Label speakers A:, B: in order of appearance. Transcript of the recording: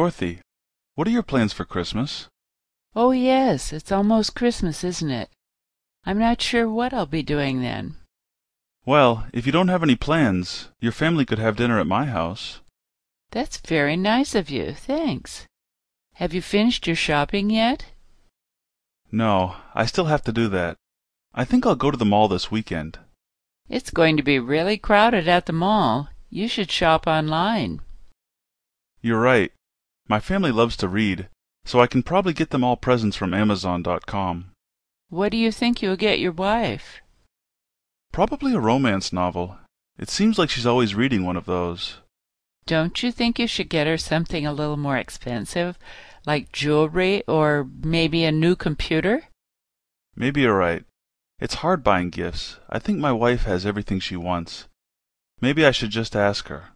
A: Dorothy, what are your plans for Christmas?
B: Oh, yes, it's almost Christmas, isn't it? I'm not sure what I'll be doing then.
A: Well, if you don't have any plans, your family could have dinner at my house.
B: That's very nice of you. Thanks. Have you finished your shopping yet?
A: No, I still have to do that. I think I'll go to the mall this weekend.
B: It's going to be really crowded at the mall. You should shop online.
A: You're right. My family loves to read, so I can probably get them all presents from Amazon.com.
B: What do you think you'll get your wife?
A: Probably a romance novel. It seems like she's always reading one of those.
B: Don't you think you should get her something a little more expensive, like jewelry or maybe a new computer?
A: Maybe you're right. It's hard buying gifts. I think my wife has everything she wants. Maybe I should just ask her.